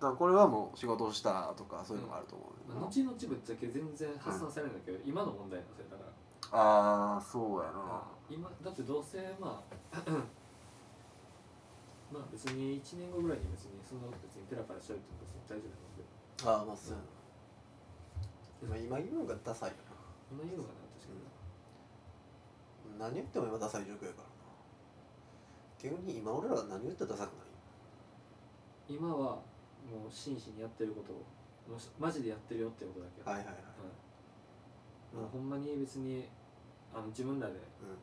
だからこれはもう仕事をしたとかそういうのがあると思う、ん後々ぶっちゃけ全然発散されないんだけど今の問題なんですよだからああそうやな、今だってどうせまあまあ別に1年後ぐらいに別にそんなこと別にペラペラしちゃうって別に大丈ああ夫なんでまあそうやな、うん今今言うのがダサいよ今言うのかな確かにな何言っても今ダサい状況やからな逆に今俺らが何言ってもダサくない今はもう真摯にやってることをもうしマジでやってるよっていうことだけ、はいはいはいうんもうほんまに別にあの自分らで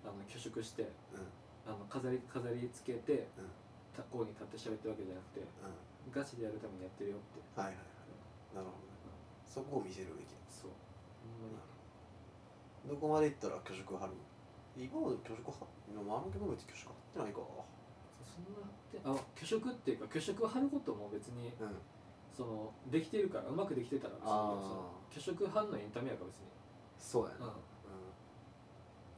あの虚飾してうんうんあの飾り飾りつけて、うんたこうに立って喋ってるわけじゃなくてうんガチでやるためにやってるよってはいはいはいなるほどねそこを見せるべきそうほんまにどこまで行ったら虚飾張る今まで虚飾張今マーケットって虚飾張ってないかそんなってあ虚飾っていうか虚飾を張ることも別にうんそのできてるからうまくできてたらあー別にその虚飾張るのエンタメやから別に、そうやうん、う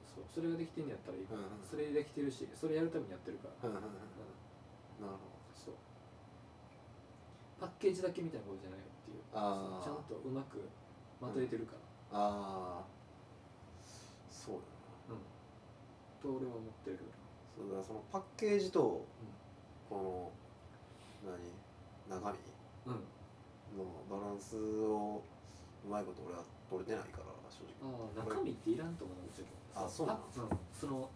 そうそれができてんやったらいい、んうんそれできてるしそれやるためにやってるかうら、んうんうんなるほうんどそうパッケージだけみたいなことじゃないよっていうあーそうちゃんとうまくまとえてるから、ああそうやなうんと俺は思ってるけどそうだからそのパッケージとうんこの何中身うんのバランスをうまいこと俺は取れてないから正直ああ中身っていらんと思うなうちょっとあそうなのパッうんその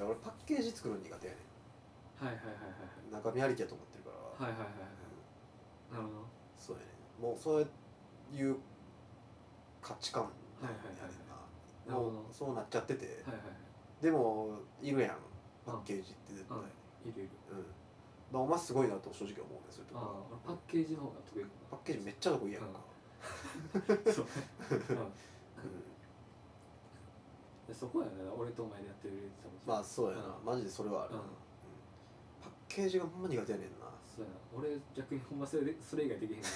い や俺パッケージ作るの苦手やねんはいはいはい中身ありきやと思ってるから、はいはいはいはいはうんいなるほそうやねもうそういう価値観なんやねんなはいはいはいはいなるもほどうそうなっちゃってて、どはいはいでもいるやんパッケージって絶対、うんいるいるうんまあお前すごいなと正直思うねそういうとあこあ俺パろッケージの方が得意かパッケージめっちゃどこいいやんか、なそう、うんうんで、そこやな俺とお前でやってる理由って多分まあそうやな、うマジでそれはあるな、うんうんパッケージがほんま苦手やねんなそうやな俺逆にほんまそれでそれ以外できへんか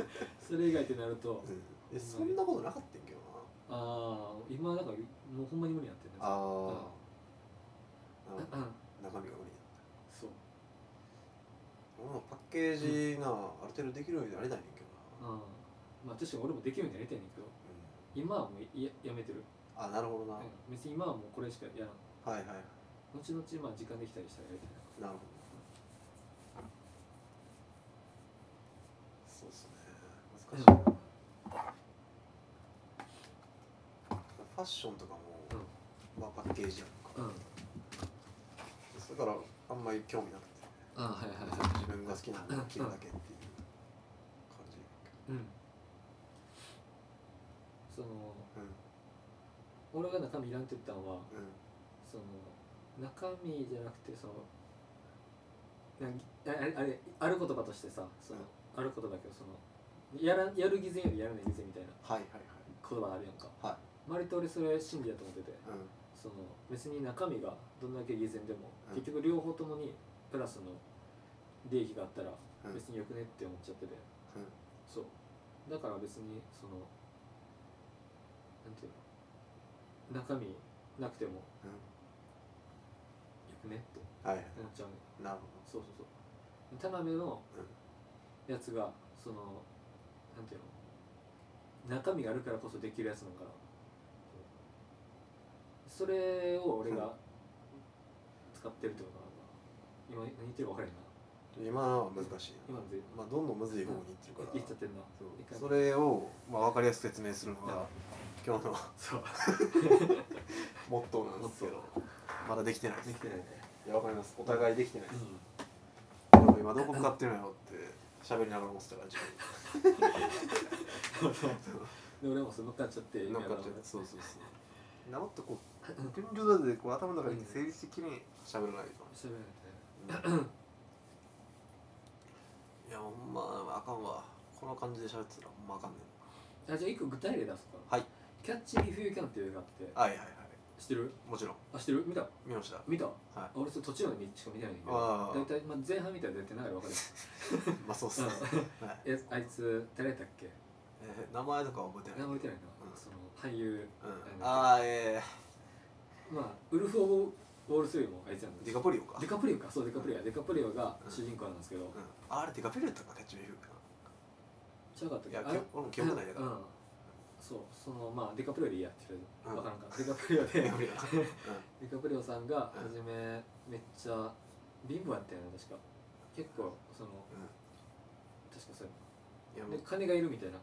ら それ以外ってなるとえそんなことなかったんけどなああ今だからもうほんまに無理やってるねああ、うなんるほうんど中身が無理 そうだもうパッケージな、ある程度できるようになれないねんけどうんな、まあ確かに俺もできるようになりたいねんだけどう今はもういややめてる、ん、あなるほどな、うん別に今はもうこれしかやらんはいはい後々まあ時間できたりしたらやりたいななるほどそうっすね難しいな、ファッションとかも、まあ、パッケージやんか、うんそれからあんまり興味なくてあはいはい自分が好きなのを着るだけっていう感じうんそのうん俺が中身いらんって言ったのはうんその中身じゃなくてそのなんああれあれある言葉としてさその、ある言葉だけどそのやらやる偽善よりやらない偽善みたいなはいはい言葉あるやんかはいはい割と俺それ真理やと思っててうんその別に中身がどんだけ偽善でうも、ん結局両方ともにプラスの利益があったらうん別によくねって思っちゃってて、うんそうだから別にそのなんていうの中身なくてもようくねってんはいはい思っちゃうねなるそうそうそう田辺のやつがそのなんていうの中身があるからこそできるやつなんかなそれを俺が使ってるってことなんだ今何言ってるか分からへんなほど今のは難しいな今のでまあどんどんむずい方にいってるから言っちゃってんな一回そうそれを、まあ、分かりやすく説明するのうんが今日の そうモットーなんですけどまだできてないですできてないねいやわかりますお互いできてないでうす、んでも今どこ向かってるのよって喋りながら思ってたから自 で俺もそれ乗っかっちゃって分乗っかっちゃうそうそうそうなもっとこう天井だでこう頭の中に整理してきれいに喋らないと、しゃべらないねいやほんまあかんわこの感じで喋ってたらほんまあかんねんあじゃあ一個具体例出すかはいキャッチー冬キャンっていう映画あってはいはいはい知ってるもちろんあ知ってる見た見ましたはい見たあ俺それ途中までしか見てないんだけどああ大体、まあ、前半見たら大体流れ 分かるまあそうっすね、はいえあいつ誰だったっけえー名前とか覚えてない名前覚えてないな、うんその俳優うん、ああえまあウルフ・オブ・ウォール・ストリートもあいつなんー、でデすィカプリオかデカプリオかそうデカプリオやデカプリオが主人公なんですけど、うん、ああれディカプリオやったかキャッチミフか知らなかったっいけやあれきょ俺も記憶ないだかうら、んそうそのまあデカプリオでいいやって言われうんて分からんかデカプリオディでカプリオな デカプリオさんが初めめっちゃ貧乏やったよね確か結構そのうん確かそうやいやもで金がいるみたいなう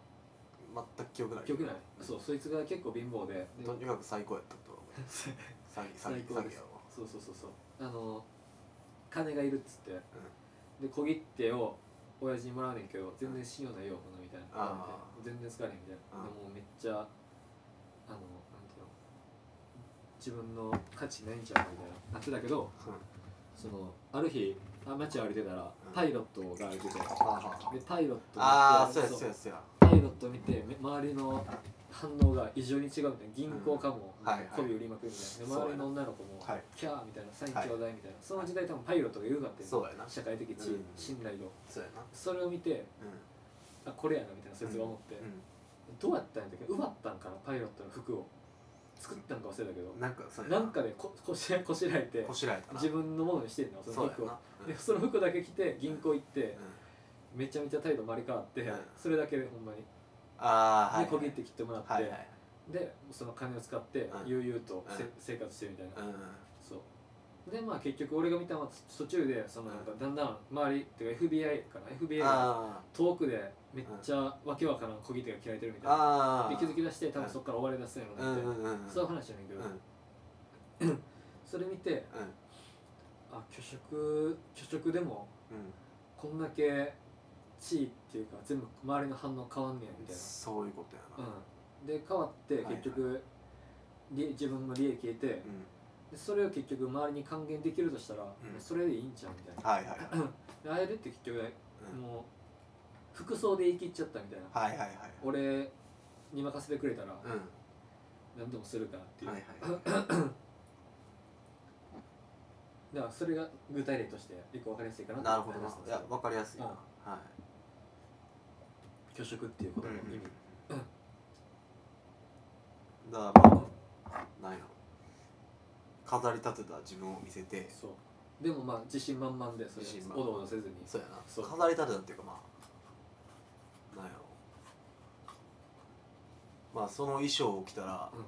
全く記憶ない記憶ない、うんそうそいつが結構貧乏でで とにかく最高やったことは思います詐欺詐最欺高詐で欺すやわそうそうそうそうあの金がいるっつって、で小切手を親父にもらうねんけど全然信用ないよこんなみたいなああ全然使われへんみたいなああでもうめっちゃあのなんていうの自分の価値ないんちゃうかみたいななってたけどうんはそのある日あ街歩いてたらうんパイロットが歩いてて、あはあでパイロットを見てああーそうやそうそうやそうやパイロットを見てめ周りの反応が異常に違うみたいな銀行かもうんはいはい媚び売りまくるみたいなで周りの女の子もはいキャーみたいなサインちょうだいみたいなその時代多分パイロットが言うかってんそうやな社会的地位うん信頼度そうやなそれを見てうあこれやなみたいなそいつが思ってん、どうやったんやったっけ奪ったんかなパイロットの服を作ったんか忘れたけうん、どなんかそうやなんかでこ こしらこしらえてこしらえたな自分のものにしてんのそそうのや服をなうんでその服だけ着て銀行行ってうんめちゃめちゃ態度丸り変わってうんそれだけでほんまにああはいで小切手切ってもらっはいてはいでその金を使ってうん悠々とせうん生活してるみたいな、うんそうでまあ結局俺が見たのは途中でそのなんかだんだん周りっていうか FBI かな FBI があ遠くでめっちゃわけわからん小切手が切られてるみーたいなあでー気づき出して多分そこから追われ出すよううになっんて、うんうんうんそういう話じゃないけうど、んうんそれ見てああ虚食虚食でもうこんだけ地位っていうか全部周りの反応変わんねやみんたいそういうことやなな、うん、で変わってはいはい結局、り自分も利益得て、でうんそれを結局周りに還元できるとしたら、んそれでいいんちゃうみたはいいはいはいな、であえるって結局、うんもう服装で言い切っちゃったみたいな、はいはいはい俺に任せてくれたらうん何でもするからっていう、はいはいだからそれが具体例として一個分かりやすいかななるとほど思ないますいや分かりやすいなうんは虚食っていういことの意味、うんだからまあなんやろ飾り立てた自分を見せてそうでもまあ自信満々でそれ自信満お々どおどせずにそうやなそう飾り立てたっていうかまあなんやろまあその衣装を着たらうん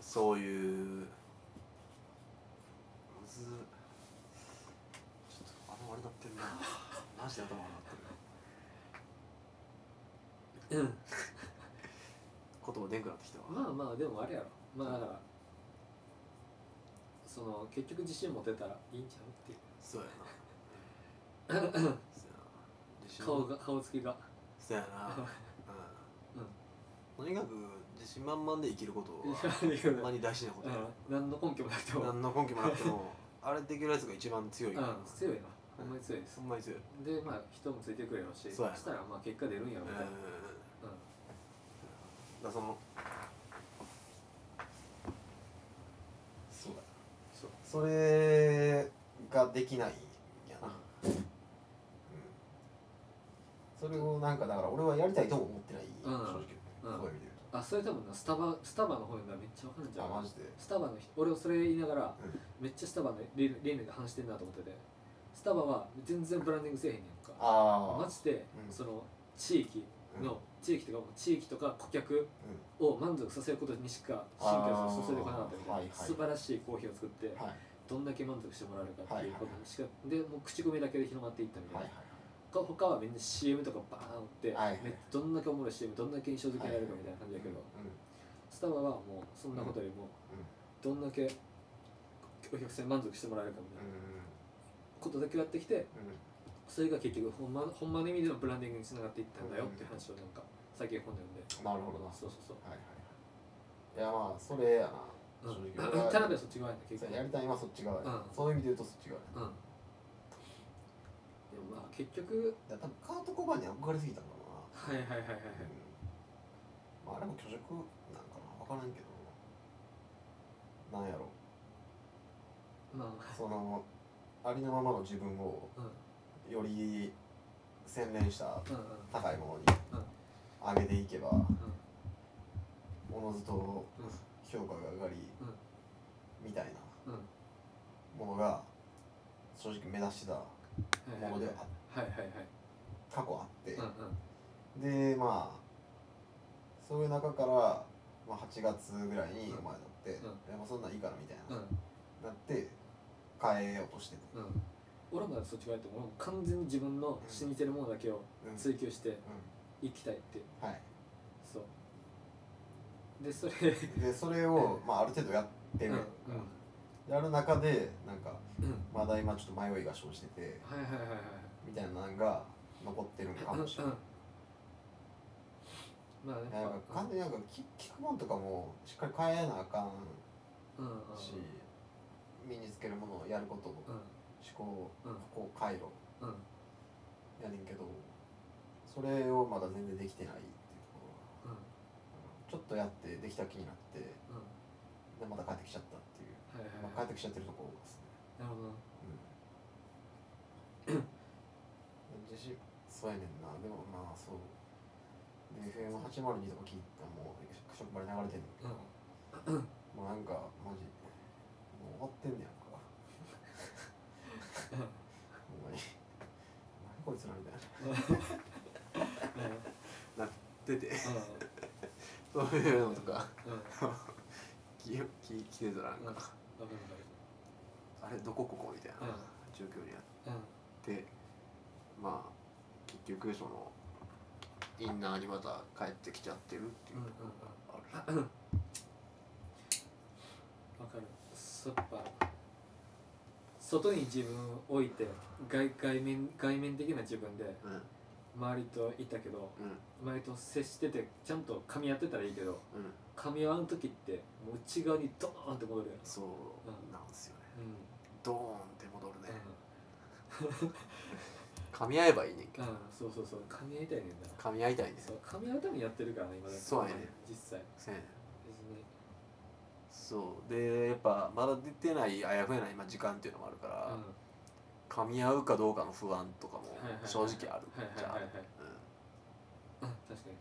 そういうむずちょっと頭悪な ってるなマジで頭悪なってるうん言葉でんくなってきたわまあまあでもあれやろまあだからその結局自信持てたらいいんちゃうっていうそうやなそうやな自信顔が顔つきがそうやなうんとにかく自信満々で生きること はほんまに大事なことうやん何の根拠もなくても、うん、何の根拠もなくてもあれできるやつが一番強いからな強いなほんまに強いですほんまに強いでまあ人もついてくれるしそうやなしたらまあ結果出るんやろうんみだたいかな、らそのそうだそうそれができないやな、ううんん、それをなんかだから俺はやりたいとも思ってない、うん正直、うんそういう意味であそれ多分なスタバスタバの方がめっちゃわかるんじ言ゃうとあんマジでスタバの人俺はそれ言いながら、うんめっちゃスタバの理理念で話してんなと思っててスタバは全然ブランディングせえへんねんかああマジで、うんその地域の、地域とか地域とか顧客を満足させることにしか神経を注いでこなかったみたあいな、ーはいはい素晴らしいコーヒーを作って、うんはいどんだけ満足してもらえるかっていうことにしか、でもう口コミだけで広まっていったみたはいな、いはい他他はみんな CM とかバーンって、はいはいめどんだけおもろい CM どんだけ印象付けられるかみたいな感じだけど、スタバはもうそんなことよりも、どんだけお客さんに満足してもらえるかみたいなことだけやってきてうんうんうんうんそれが結局ほん,、ま、ほんまの意味でのブランディングにつながっていったんだよっていう話をなんか最近本で読んでなるほどなそうそうそうはいはいはいいやまあそれやなう正ん直俺は 田辺はそっち側やな結そう局やりたいのはそっち側や、うんそういう意味で言うとそっち側やうんでもまあ結局だから多分カート・コバーンに憧れすぎたのかはいはいはいはいはいな、まあ、あれも虚弱なんかな分からんけどなんやろまそのありのままの自分をあうんより洗練したうんうん高いものにうん上げていけばうんおのずとうん評価が上がり、みたいなうんはものが正直目指してたいものでははいはいはい過去あって、うんうんでまあそういう中から、まあ、8月ぐらいにうんお前だって、んいやもうそんなんいいからみたいな、うなって変えようとしてて、んうん俺もそっち側やって俺も完全に自分の信じてるものだけをうん追求してういきたいってんはいそうでそれでそれを、まあ、ある程度やってるやんかやる中でなんかうんうんまだ今ちょっと迷いが生じててはいはいはいはいはいみたいなのが残ってるんかもしれない。まあなんか完全になんか聞聞くもんとかもしっかり変えなあかんうんうんし身につけるものをやることうん思考うんこう回路うんうんやねんけどそれをまだ全然できてないっていうところがちょっとやってできた気になってでうんまた帰ってきちゃったっていう、はいはまいあ、は帰ってきちゃってるところですね、いなるほど うん、自信そうやねんなでもまあそうで FM802 とか聞いたらもう職場で流れてんのけど、もうなんかマジもう終わってんねやん かほんまに何こいつらみたいななっててうそういうのとかんうん聞聞 きてたらうんわかるわかあれどこここみたいな状況にあるってまあ結局そのインナーにまた帰ってきちゃってるっていううんうんとうんころがある、うんわかるそっぱ外に自分を置いて外外面外面的な自分でうんうん周りといたけど周りと接しててちゃんと噛み合ってたらいいけどうん噛み合わん時ってもう内側にドーンって戻るやんそうなんですよねうんドーンって戻るねう噛み合えばいいねんけん、どうん、そうそうそう噛み合いたいねんな噛み合いたいねんそう噛み合うためにやってるからね今だってそうやね実際せやねん別にそうでやっぱまだ出てないあやふやな今時間っていうのもあるかうんら、はい噛み合うかどうかの不安とかもはいはい正直あるはいじゃはあいはいうん確かに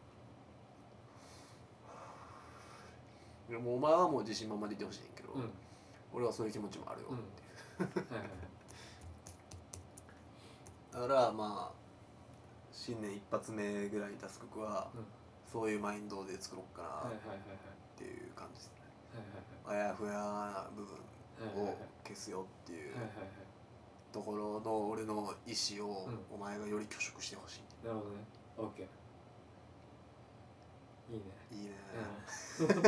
うんでもお前はもう自信満々でいてほしいねんけど、うん俺はそういう気持ちもあるよ、うんはいはいはいだからまあ新年一発目ぐらいに出す曲は、うんそういうマインドで作ろうかはないはいっはいはていいう感じですね、はあやふやな部いはいはいはい分はいを消すよっていうはいはいところの俺の意思をうお前がより拒食してほしなるほどねオッケーいいねい、いいね、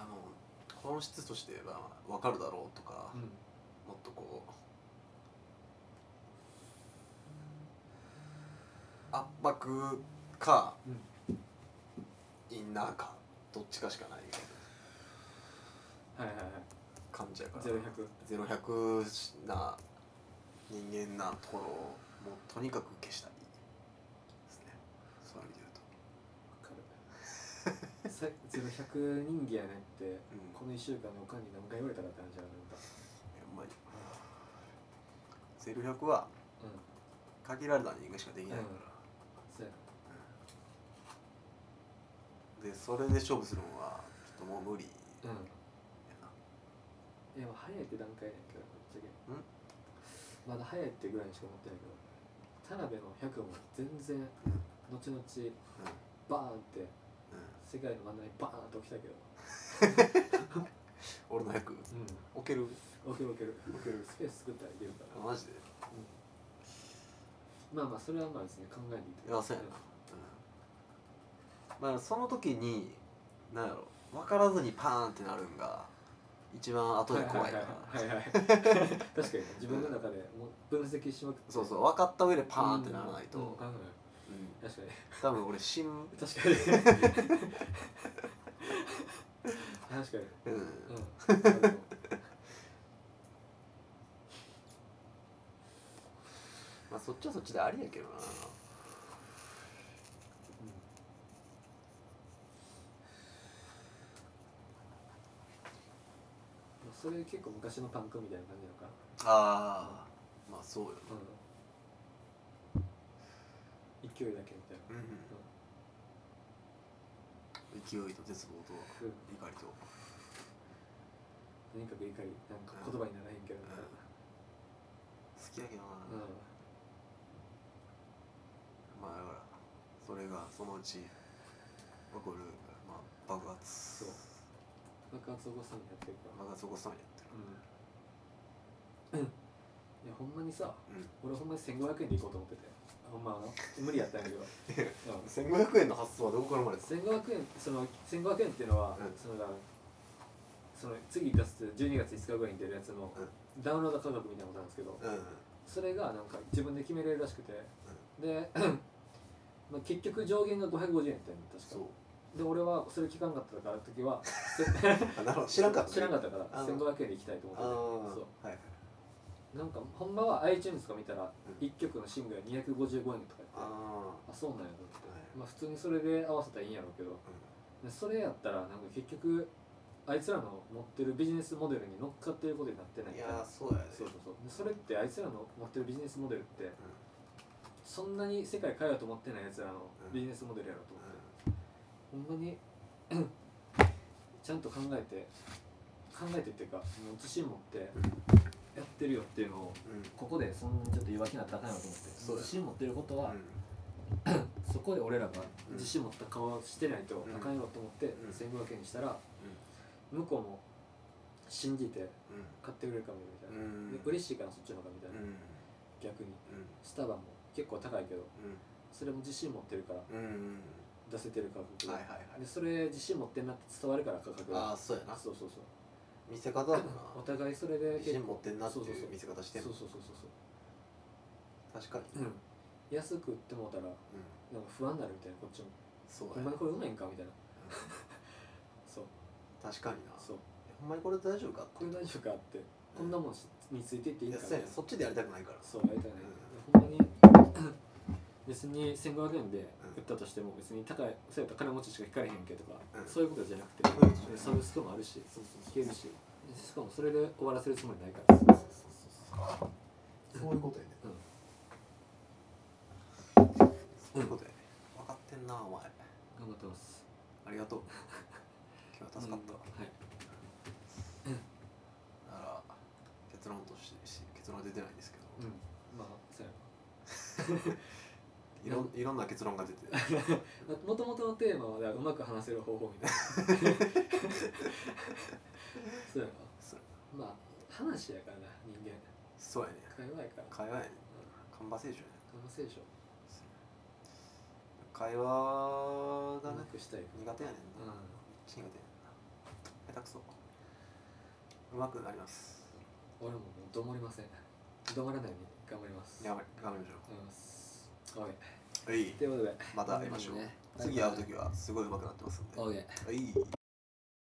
あの本質としては分かるだろうとか、うんもっとこう圧迫かうんインナーかどっちかしかないみたいなはいはいはい感じやからゼロ百ゼロ百な人間なところをもうとにかく消したいですねそういう意味で言うと、わかるさゼロ百人気やねってうん、この一週間のおかんに何回言われたかって話あるんだほんまにゼロ百はうん限られた人間しかできないから、そうやでそれで勝負するのはちょっともう無理やうんな、いやもう早いって段階やねんけどぶっちゃけんまだ早いってぐらいにしか思ってないけど田辺の100も全然後々バーンってうんうん、世界の真ん中にバーンと起きたけど俺の役う置けるん置ける置ける置けるスペース作ったらいけるから、マジでまあまあそれはまあですね考えていていやそうやなうんまあその時に何やろ分からずにパーンってなるんが一番後で怖いからはいはいはいはいはい確かにね自分の中でもう分析しまくってそうそうう分かった上でパーンってならないと、んううんん考えない確かに多分俺死ぬ、うん確かに確かにうんなるほどまあ、そっちはそっちでありやけどなうんそれ結構昔のパンクみたいな感じなのかなあーまあそうよな、うん勢いだけみたいな勢いと絶望とうん怒りと、とにかく怒りなんか言葉にならへんけうどんみたい好きやけどな、なうんまあだからそれがそのうち起こる、まあ、爆発そう爆発を起こすのやってるから爆発起こすためにやってうんいやほんまにさる、うん俺ほんまに1500円で行こうと思っててほんまあの無理やったんやけど、うん1500円の発想はどこから生まれた1500円その1500円っていうのは、うんそのだからその次出す12月5日ぐらいに出るやつの、ダウンロード価格みたいなことなんですけどうんそれがなんか自分で決めれるらしくて、で まあ結局上限が550円やったんよ確かそうで俺はそれ聞かんかったから時はあなるほど知らんかった、知らんかっったからあの1500円で行きたいとああ思っててそはそういはい、うなんかほんまは iTunes とか見たらうん1曲のシングルが255円とかやってあああそうなんやと思って、はいまあ普通にそれで合わせたらいいんやろうけどでそれやったらなんか結局あいつらの持ってるビジネスモデルに乗っかってることになってなういんいみたやいなーそうやねそうそうそうでそれってあいつらの持ってるビジネスモデルってそんなに世界変えようと思ってないやつらのうんビジネスモデルやろと思って、ほんまに ちゃんと考えて考えてっていうかもう自信持ってやってるよっていうのをうんうんここでそんなにちょっと言い訳になったらあかんやろと思ってそうや自信持ってることは、うんそこで俺らがうん自信持った顔をしてないとあかんやろと思ってうん1500円にしたら向こうも信じてう買ってくれるかもみたいな、んうんで嬉しいからそっちの方がみたいうんうな、ん逆にうんスタバも結構高いけどそれも自信持ってるからうんうん出せてる価うん格で,、はいはいはいでそれ自信持ってんなって伝わるから価格ああがそうやなそうそうそう見せ方だもんなお互いそれで自信持ってんなっていそうそうそうう見せ方してんそもうんそうそうそう確かそにうんう、うん、安く売ってもうたらなんか不安になるみたいなこっちもそうほやんまにこれうまいんかみたいなうん そう確かになそうほんまにこれ大丈夫かってこれ大丈夫かってこんなもんしについてっていいいんかやそうやみたいなねそっちでやりたくないからそうやりたいね、ほんまに別に1500円で売ったとしても別に高いそうやったら金持ちしか引かれへんけとか、うんそういうことじゃなくて、そういうことじゃないサブスクもあるしそうそう聞そけうるそうししかもそれで終わらせるつもりないからそうそうそうそういうことやねうんそういうことやね分かってんなお前頑張ってますありが とう今日は助かったわうんはいだから結論としてし結論は出てないんですけど、うんまあそうやいろんいろんな結論が出てもともとのテーマはだからうまく話せる方法み たいなそうやなそうまあ話やからな人間そうやね会話やから会話やねうカンバセーションやねん話せでしょ会話うがねまくしたいよ苦手やねうんんな、苦手やねんな下手くそうまくなります俺ももうどもりませんどまらないように頑張りますや張ばい頑張りましりますおいょうはいということでまた会いましょうね次会う時はすごいうまくなってますんでオーケーはい